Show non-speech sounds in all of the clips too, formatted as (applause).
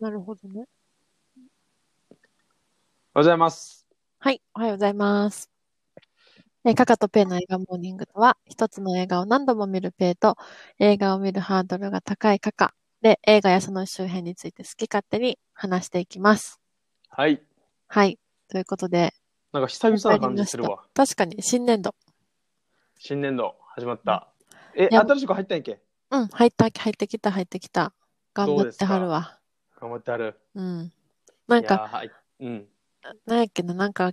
なるほどね。おはようございます。はい、おはようございます。えー、カカとペイの映画モーニングとは、一つの映画を何度も見るペイと、映画を見るハードルが高いカカで、映画やその周辺について好き勝手に話していきます。はい。はい、ということで、なんか久々な感じするわ。確かに新年度。新年度始まった。え、いや新しい子入ったんやっけうん、入った、入ってきた、入ってきた。頑張ってはるわ。頑張ってある。うん。なんいか、やーはい。うん。なんやっけな、なんか、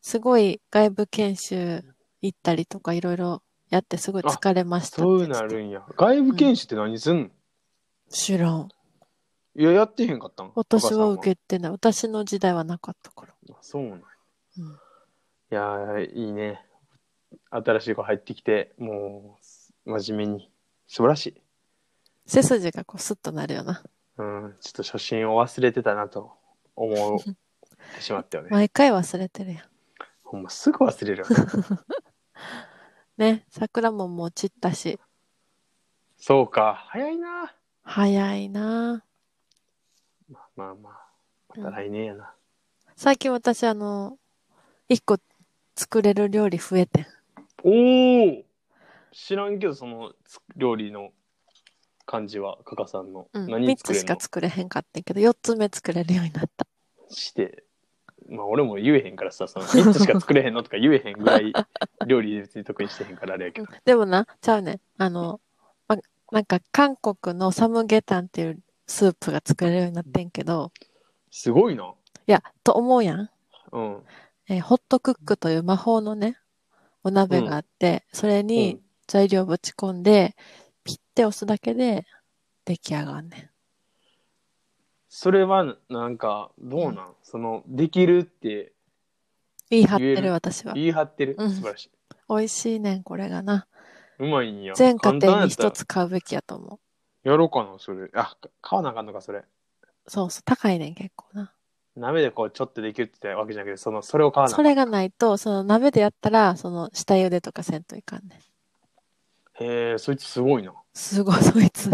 すごい外部研修行ったりとかいろいろやってすごい疲れましたってそう言っいうてた。のあるんや。外部研修って何すんの、知らん。いや、やってへんかったん私は受けてない。私の時代はなかったから。けそうなん。いうんやーいいね。新しい子入ってきて、もう、真面目に。素晴らしい。背筋がこうスッとなるよな。うん。ちょっと初心を忘れてたなと思ってしまったよ (laughs) ね。毎回忘れてるやん。ほんますぐ忘れるよね。ね、桜ももう散ったし、そうか。早いな。早いなあまあまあまあ。また来年やな。最近私あの、一個作れる料理増えてん。おお知らんけどそのつ料理の感じはカカさんの、うん、何3作つれしんかの作れへんかったけど、4つ目作れるようになった。してまあ俺も言えへんからさその3つしか作れへんのとか言えへんぐらい料理別に得意してへんからあれやけどでもな、ちゃうねん。あの、ま、なんか韓国のサムゲタンっていうスープが作れるようになってんけど、すごいないや、と思うやん。うんえーホットクックという魔法のね、お鍋があって、それうにん材料ぶち込んで、ピッて押すだけで出来上がんねそれはなんかどうなん、そのできるってん。いい張って言えるる私は。言い張ってる、うん素晴らしい美味しいねん、これがな。うまいんや全家簡単庭やにったら一つ買うべきやと思やろうかなそれあ買わなあかんのかそれう。そうそう、高いねん、結構な。鍋でこうちょっとできるって言ったわけじゃなくてそのそれを買わなあかそんれがないと、その鍋でやったら、その下茹でとかせんといかんねん。へえそいつすごいなすごい、そい (laughs) つ。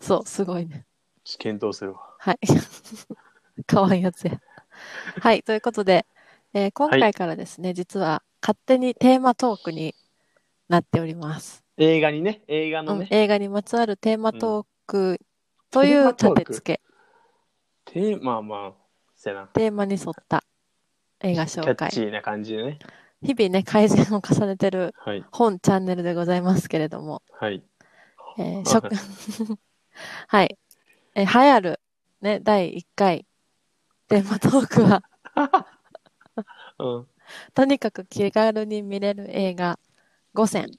そう、すごいね。ちょっと検討するわはい。かわいい (laughs) やつや。はい。ということで、えー今回からですね、実は勝手にテーマトークになっております。映画にね映画のうんね、映画にまつわるテーマトークという立て付け、テーマまあせやなテーマに沿った映画キ紹ャッチ介。ーな感じでね日々ね、改善を重ねてるはい本チャンネルでございますけれども、はいえー食 (laughs) はい。えー、流行る、ね、第1回テーマトークは、うんとにかく気軽に見れる映画5選。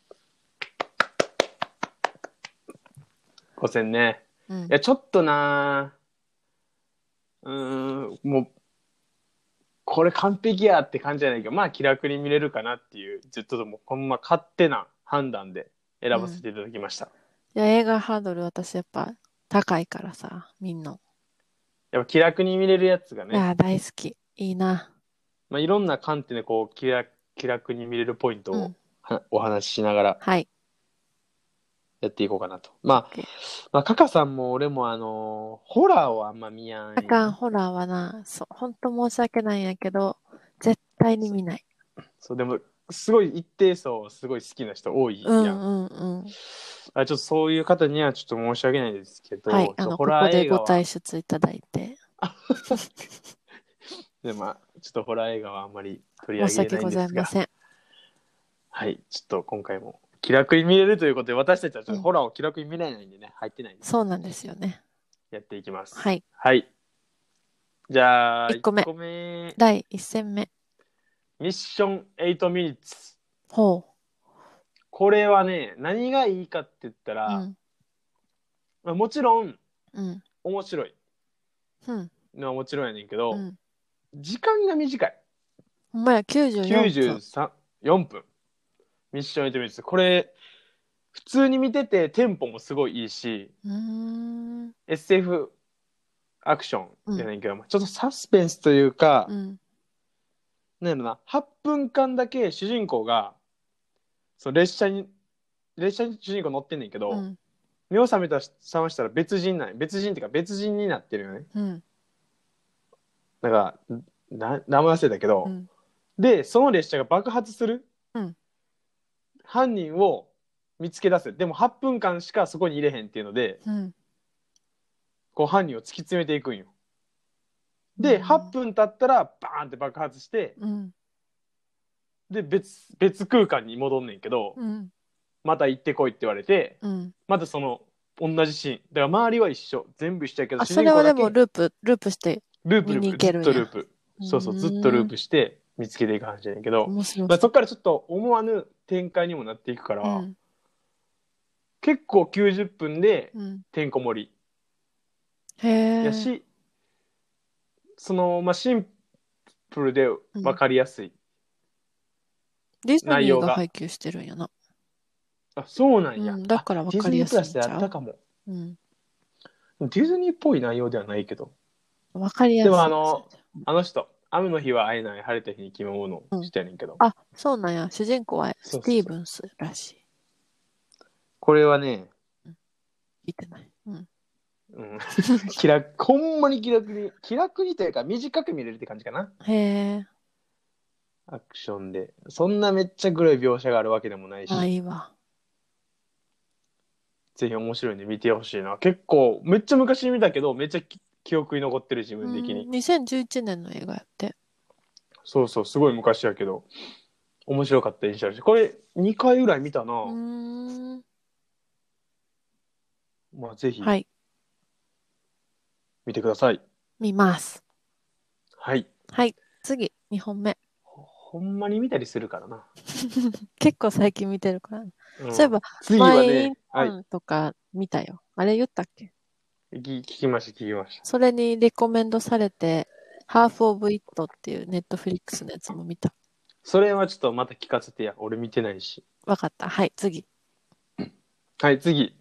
五千ねうんいやちょっとなうーんもうこれ完璧やって感じじゃないけどまあ気楽に見れるかなっていうずっともうほんま勝手な判断で選ばせていただきました、いや映画ハードル私やっぱ高いからさ、みんな。やっぱ気楽に見れるやつがいね、や大好き。いいな。まあ、いろんな観点でこう気楽気楽に見れるポイントうをんはお話ししながらはい。やっていこうかなと。まあ OK、まあ、カカさんも俺もあのーホラーをあんま見やんよ。あかん、ホラーはな、そう、ほんと申し訳ないんやけど、絶対に見ない。そう、でも、すごい一定層、すごい好きな人多いやうんん。うんうん。あちょっとそういう方にはちょっと申し訳ないですけど、はいちょっ。とあの、ホこラこーで映画ごは、退出いただいて、でまあ、ちょっとホラー映画はあんまり取り申上しげ訳れ (laughs) ごないんでざいすが、ません。はい、ちょっと今回も気楽に見れるということで、私たちはちょっとホラーを気楽に見れないんでね、入ってないんで、そうなんですよね。やっていきます。はい。はい。じゃあ、一個目一目第1戦目。ミッション8ミニッツ。ほこれはね何がいいかって言ったう。うら、ん。まあ、もちろんうん。面白いうん。のはもちろんやねんけど、うん。時間が短いほんまや、94分。 934分ミッションエイトミニッツこれ普通に見ててテンポもすごいいいしうーん。 SF アクションやねんけど、ちょっとサスペンスというか、うん。なんやろな8分間だけ主人公がその列車に列車に主人公乗ってんねんけど、うん。目を覚めたし覚ましたら別人なんや別人っていうか別人になってるよねうん。だからな名前忘れたけど、うん。でその列車が爆発する、うん犯人を見つけ出せでも8分間しかそこに入れへんっていうのでうん。こう犯人を突き詰めていくんよで、うん8分経ったらバーンって爆発してうん。で別別空間に戻んねんけど、うん。また行ってこいって言われてうん。またその同じシーンだから周りは一緒全部一緒やけどあ、そ主人れ公はでだけもループ、ループしてループ見ルにー行プけずるんっやとループそうそううんずっとループして見つけていく話やねんけど、面白まあ、い。そっからちょっと思わぬ展開にもなっていくから、うん。結構90分でうん。てんこ盛へりえ。やし、そのまあシンプルで分かりやすい、ディズニ内ー容がが配給してるんやな。あそうなんや、うん。だからわディかズりニやープすいんラちスであゃったうかもうん。ディズニーっぽい内容ではないけどわかりやすい。でもあの、あの人雨の日は会えない晴れた日に君ものしてやねんけど、あ、そうなんや。主人公はそうそうそうスティーブンスらしい。これはね、聞いてない。 (laughs) うん。うん、気楽ほんまに気楽に気楽にというか短く見れるって感じかなへえ。アクションでそんなめっちゃグロい描写があるわけでもないし、あ、いいわ。ぜひ面白いんで見てほしいな結構めっちゃ昔に見たけどめっちゃき記憶に残ってる自う分ん的に、 2011年の映画やって。そうそうすごい昔やけど面白かった印象あるしこれ2回ぐらい見たな、うーん。まあぜひはい。見てください見ます。はいはい。次、2本目。ほんまに見たりするからな、結構最近見てるから。んそういえば、次はマインね、タはいウンとか見たよ。あれ言ったっけ聞聞きました聞きましたそれにレコメンドされて、ハーフ・オブ・イットっていうネットフリックスのやつも見た。それはちょっとまた聞かせてや俺見てないしわかった。はい、次。はい、次。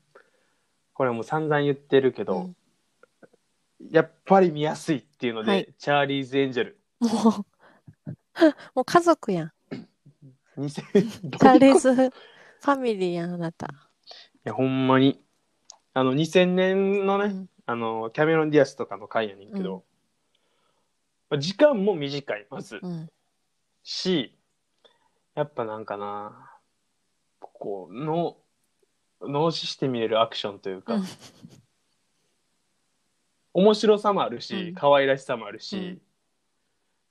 これもう散々言ってるけど、やっぱり見やすいっていうので、はいチャーリーズ・エンジ (laughs) ェル。うんもう、もう家族やん。 2000チャーリーいズ・ファミリーやん、あなた。や、ほんまに。あの、2000年のね、うんあの、キャメロン・ディアスとかの回やねんけど、まあ時間も短い、まず。うん。し、やっぱなんかな、こう、の、脳死して見れるアクションというか、うん面白さもあるし、うん可愛らしさもあるし、うん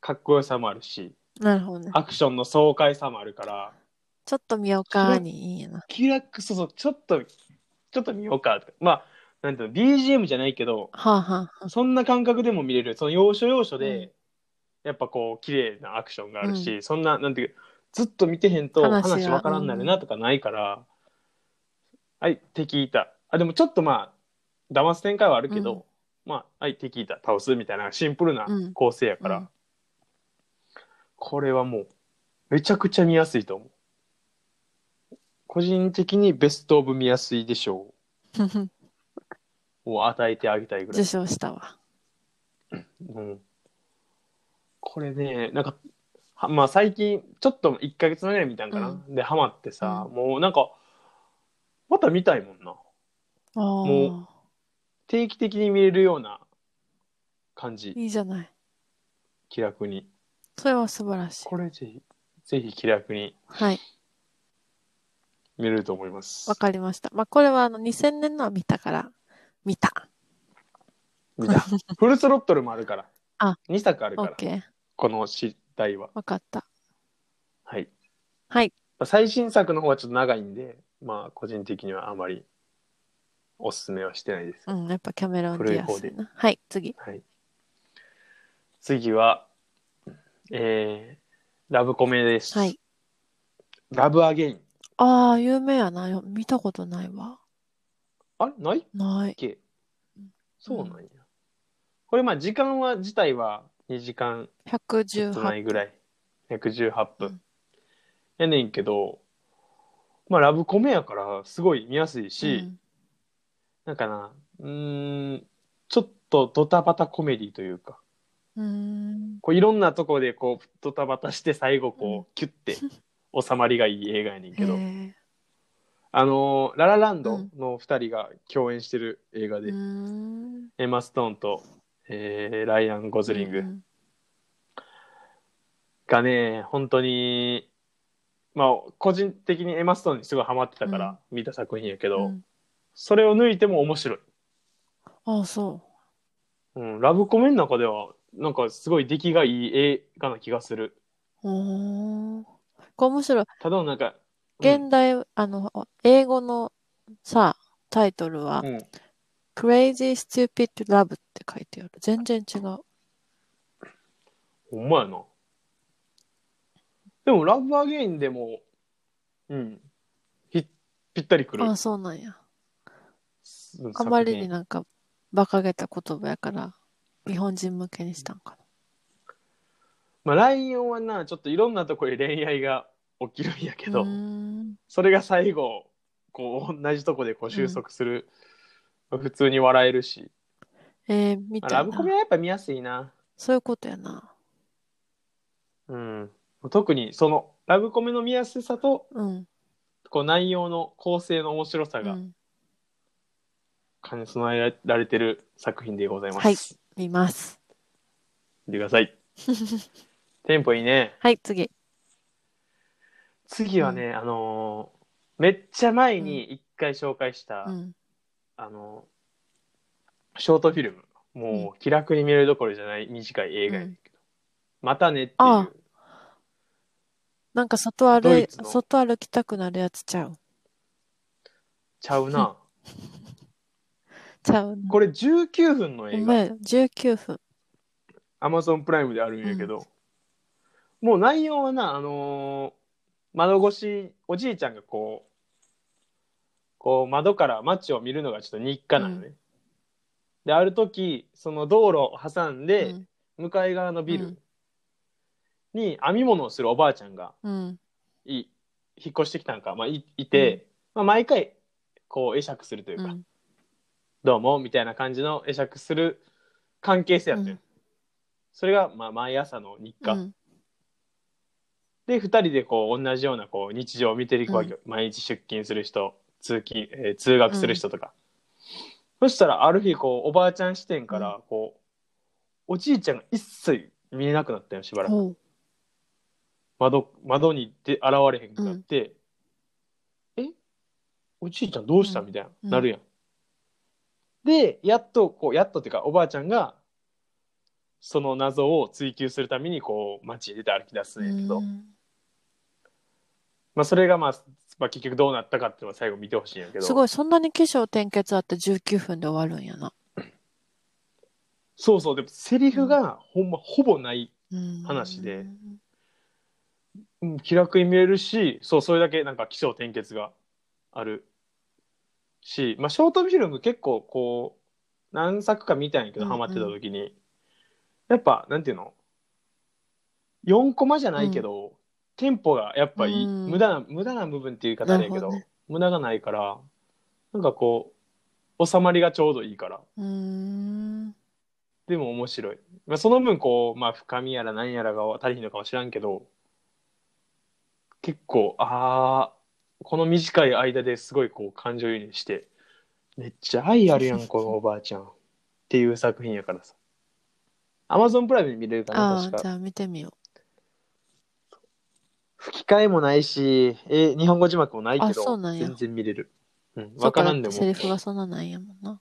かっこよさもあるし、なるほどね。アクションの爽快さもあるから、ちょっと見ようかにいいんやな。気楽、そうそう、ちょっと、ちょっと見ようかとか、まあ、なんていうの、BGM じゃないけど、はあ、はあ、そんな感覚でも見れる、その要所要所で、やっぱこう、綺麗なアクションがあるし、そんな、なんていうか、ずっと見てへんと話が話わからんなるなとかないから、はい、敵いた。あ、でもちょっとまあ、騙す展開はあるけど、うんまあ、はい、敵いた、倒すみたいなシンプルなうん構成やから、うんこれはもう、めちゃくちゃ見やすいと思う。個人的にベストオブ見やすいでしょ (laughs) うを与えてあげたいぐらい受。賞したわ。うん、これねなんかはまあ最近ちょっと1か月前ぐらい見たんかな、でハマってさ、うもうなんかまた見たいもんなああも定期的に見れるような感じいいじゃない。気楽にそれは素晴らしい。これぜひぜひ気楽にはい。見れると思いますわかりました。まあ、これはあの2000年のは見たから、見た。見たフルスロットルもあるから (laughs) あ2作あるオかッらケー。この次第はわかった。はいはい。まあ最新作の方はちょっと長いんでまあ個人的にはあまりおすすめはしてないですうん、やっぱキャメロン・ディアス古いな。はい、次。はい。次は、えー、ラブコメです。はい。ラブアゲイン。ああ、有名やな。よ見たことないわ。あれないっない。けうんそうなんや。これまあ時間は、自体は2時間ちょっとない118。ぐらい。118分。うんやねんけど、まあラブコメやからすごい見やすいし、うんなんかな、うーん、ちょっとドタバタコメディというか、うーん。こういろんなとこでこうドタバタして最後うん (laughs) こうキュッて収まりがいい映画やねんけど、へあのーララランうドんの2人が共演してる映画うで、ーん。エマ・ストーンと、えーライアン・ゴズリングうんがね、本当に、まあ、個人的にエマ・ストーンにすごいハマってたかうんら見た作品やけうど、ん。それを抜いても面白い。ああ、そうん、ラブコメの中では、なんかすごい出来がいい映画な気がする。う。おー。こう面白い。ただなんか、現代、あの、英語のさ、タイトルはう、ん、うん Crazy Stupid Love って書いてある。全然違う。ほんまやな。でも、ラブアゲインでも、うん、ひぴったりくる。ああ、そうなんや。うんあまりになんか、馬鹿げた言葉やから、日本人向けにしたんかまあ、ライオンはな、ちょっといろんなところで恋愛が起きるんやけな。ど、うーん。それが最後、こう、同じとこでこう収束する。普通に笑えるし。えー、みまあたラいブコなメ。はやっぱ見やすいな。そういうことやな。うん。特に、その、ラブコメの見やすさと、うん。こう、内容の構成の面白さうがん、兼ね備えられてる作品でございます。はい見ます。見てくださ (laughs) い。テンポいいね。はい、次。次はね、あのーめっちゃ前に一回紹介した、うん。あのーショートフィルム。もう気楽に見れるどころじゃない短い映画やねんけど。またねっていあう。なんか外歩ドいイツ、の外歩きたくなるやつちゃう。ちゃう (laughs) な。ちゃうな。これ19分のお映画。前、19分。アマゾンプライムであるんやけど。もう内容はな、あのー窓越し、おじいちゃんがこう、こう窓から街を見るのがちょっと日課なのね。で、ある時、その道路を挟んで、うん向かい側のビうルんに編み物をするおばあちゃんがうん。い引っ越してきたんか、まあ、いいて、まあ、毎回こう会釈するといううか、ん。どうもみたいな感じの会釈する関係性やったよ、うんそれがまあ毎朝の日課、うん。で2人でこう同じようなこう日常を見ていくわけよ、毎日出勤する人通勤、えー通学する人とか、そしたらある日こうおばあちゃん視点からこう、おじいちゃんが一切見えなくなったよしばらく。ほう。窓窓にで現れへんくなって、えおじいちゃんどうしたうんみたいな、うんなるやん。でやっとこうやっとっていうかおばあちゃんがその謎を追求するためにこう街に出て歩き出すんやけど、うんまあ、それが、まあ、まあ結局どうなったかっていうのは最後見てほしいんやけどすごい、そんなに起承転結あって19分で終わるんやな。そうそうでもセリフがほんまほぼない、うん話でうん、気楽に見えるしそうそれだけなんか起承転結があるし、まあ、ショートフィルム結構こう何作か見たんやけどうんうハんマってた時に、やっぱなんていうの4コマじゃないけど、テンポがやっぱいい、うん無駄な無駄な部分っていう言い方あれやなけるどほどね無駄がないからなんかこう収まりがちょうどいいからうーん。でも面白い。まあ、その分、こう、まあ、深みやら何やらが足りひんのかもしらんけど、結構、ああ、この短い間ですごいこう感情移入して、めっちゃ愛あるやん、このおばあちゃん。っていう作品やからさ。アマゾンプライムで見れるかな、あ確あ、じか。ゃあ見てみよ吹き替えもないし、え、日本語字幕もないけあそうなど、んや全然見れる。うん、う。わからんでそっセもリフがそんなないんやもんな。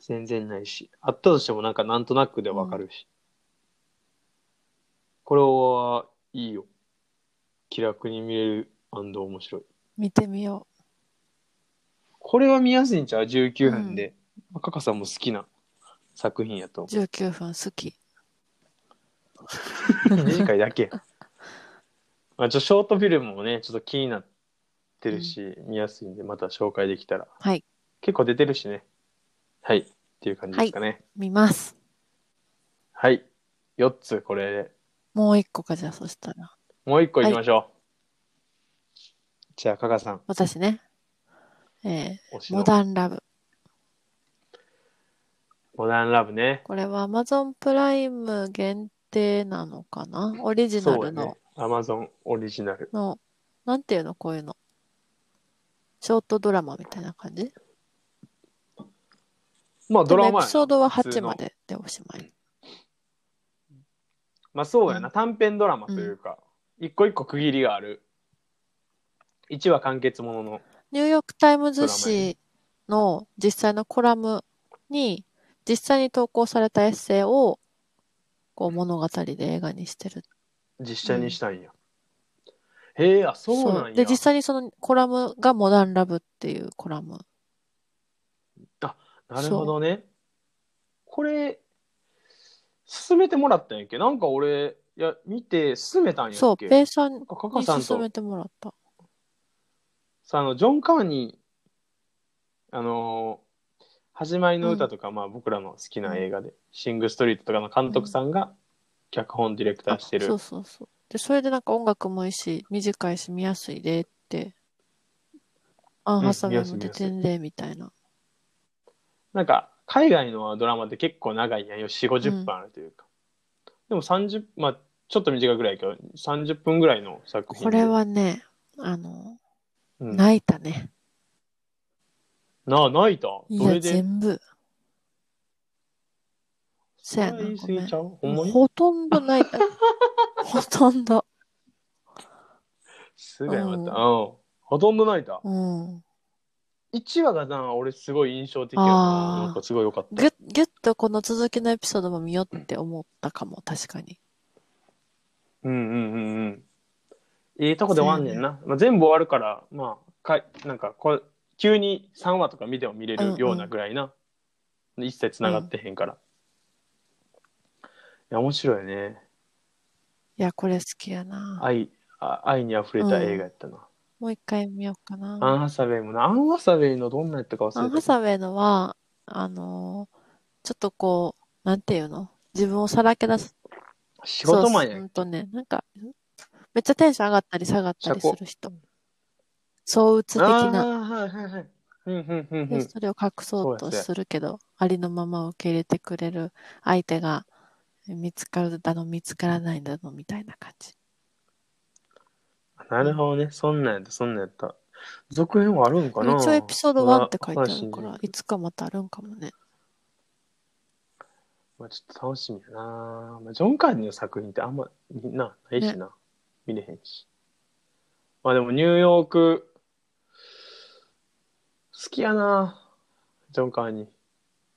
全然ないし、あったとしてもなんかなんとなくでわかるし。これはいいよ。気楽に見れる面白い。見てみよこれは見やすいんちゃう ?19 分で。まあカカさんも好きな作品やとう。19分好き。思う。短いだ (laughs) けや。まあ、ちょショートフィルムもね、ちょっと気になってるし、見やすいんで、また紹介できたら。はい、結構出てるしね。はい。っていう感じですかね。見ます。はい。4つこれで。もう一個か、じゃあそしたら。もう一個いきましょう。じゃあ、加賀さん、私ね。え推しー、のモダンラブ。モダンラブね。これは Amazon プライム限定なのかなオリジナそうルやの、ね。アマゾンオリジナル。の、なんていうのこういうの。ショートドラマみたいな感じまあドラマでもエやピソードは普通8のまででおしまい。まあそうやな、短編ドラマというか、一個一個区切りがある。1話完結ものの。ニューヨーク・タイムズ紙の実際のコラムに、実際に投稿されたエッセイを、こう物語で映画にしてる。実写にしたんや。へえ、あ、そうなんや。で、実際にそのコラムがモダンラブっていうコラム。なるほどね。これ、進めてもらったんやっけなんか俺、いや、見て、進めたんやそっう、けペイさんなんかカカにさん勧とめ、てもらった。さ、あの、ジョン・カーニー、あのー始まりの歌とか、まあ僕らの好きな映画で、シング・ストリートとかの監督さんが、脚本ディレクターしてるあそうそうそう。で、それでなんか音楽もいいし、短いし、見やすいでって、アンハサウェイも出てんで、みたいな。なんか、海外のドラマって結構長いやんよ。4、50分あるというか。でも30、まあ、ちょっと短いぐらいやけど、30分ぐらいの作品こで。れはね、あの、うん、な泣いたね。あ、泣いた。どいれや、で全部。せやな、言いご過めぎんち。ゃうほんまにほとんど (laughs) 泣いた。ほとんど。すぐやまた。うんうん。ほとんど泣いた。うん。 1話がな、俺すごい印象的やな。あーなんかすごい良かった。ぎゅ、ぎゅっとこの続きのエピソードも見ようって思ったかも、確かに。うんうんうんうん。いいとこで終わんねんな。まあ、全部終わるから、まあ、かなんかこう、急に3話とか見ても見れるようなぐらいな。一切繋がってへんから。いや、面白いね。いや、これ好きやな。愛、あ愛に溢れた映画やったな。もう一回見ようかな。アンハサウェイもな、アンハサウェイのどんなやったか忘れた。アンハサウェイのは、あのーちょっとこう、なんていうの自分をさらけ出す。仕事マンそうやほんんとね、なんか、めっちゃテンション上がったり下がったりす社る人。躁鬱的な。あーはいはいはい。うんうんうんうでん。それを隠そうそうとですねするけど、ありのまま受け入れてくれる相手が見つかるだの、見つからないだの、みたいな感じ。なるほどね。そんなんやった、そんなんやった。続編はあるんかな一応エピソード1って書いてある楽かしみら、いつかまたあるんかもね。まあ、ちょっと楽しみやな、まあ、ジョン・カーニーの作品ってあんまみんなないしな、見れへんしまあでもニューヨーク好きやなジョン・カーニー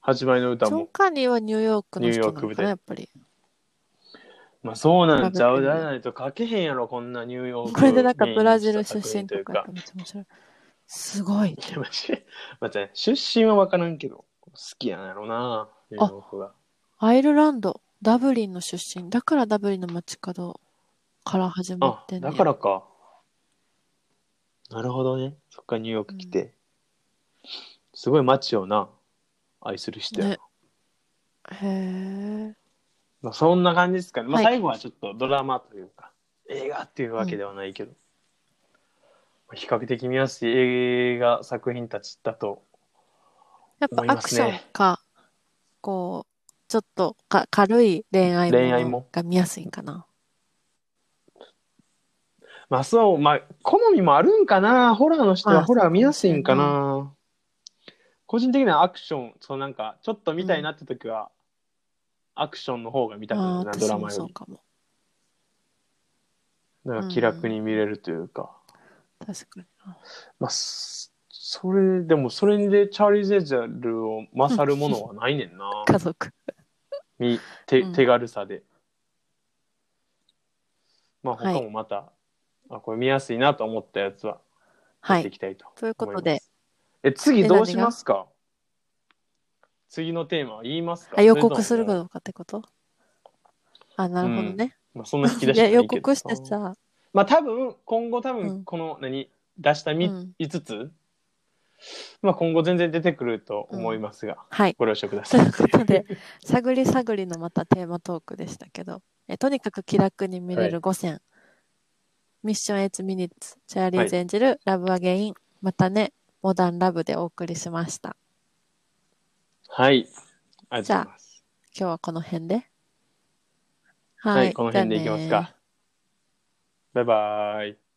始まりジの歌ョン・もカーニーはニューヨークの人ニューヨなークの舞か台な、やっぱり。まあそうなんちゃブうラジルじゃないと書けへんやろこんなニューヨークこれでなんかメインブラジルにした出作品身とかやっいたらめっちゃ面白い。すごい。うかいやマジでまたね出身は分からんけど好きやなんやろなニューヨークがアイルランド、ダブリンの出身。だからダブリンの街角から始まあってんねだからかなるほどねそっからニューヨーク来て、すごい街をな愛する人やな、ねへえ。まあ、そんな感じですかね、まあ、はい最後はちょっとドラマというか、映画っていうわけではないけど、まあ比較的見やすい映画作品たちだとやっぱ思いアまクすシねョンか、こう、ちょっとか軽い恋愛恋愛ものもが見やすいかな。まあそうまあ好みもあるんかなホラーの人まはあホラー見やすいんかな、個人的にはアクションそうなんかちょっと見たいなって時は、アクションの方が見たくあなあるなー、ド私ラもマよそりうかも。なんか気楽に見れるというか、確かにな。まあそそれでもそれでチャーリー・ゼゼルを勝るものはないねんな家族。み手うん手軽さで、まあはい他もまた、あこれ見やすいなと思ったやつははやっていい。きたいとというこ思いまとす、で、え次どうしますか次のテーマは言いますかあ予告するかそれともどうかってことあ、なるほどね。まあ、そんな引き出いしや、てもい予いけど告してさ、まあ多分今後多う分んこの何出したみうん5つ、まあ今後全然出てくると思いますが、はい。 (laughs) ご了承くだとさいいうことで、探り探りのまたテーマトークでしたけど、えとにかく気楽に見れる5選、ミッション8ミニッツ、チャーリーズ演じる、ラブアゲイン、またね、モダンラブでお送りしました。はい。ありがとうございます。今日はこの辺で。はい、この辺でいきますじゃあねか。バイバーイ。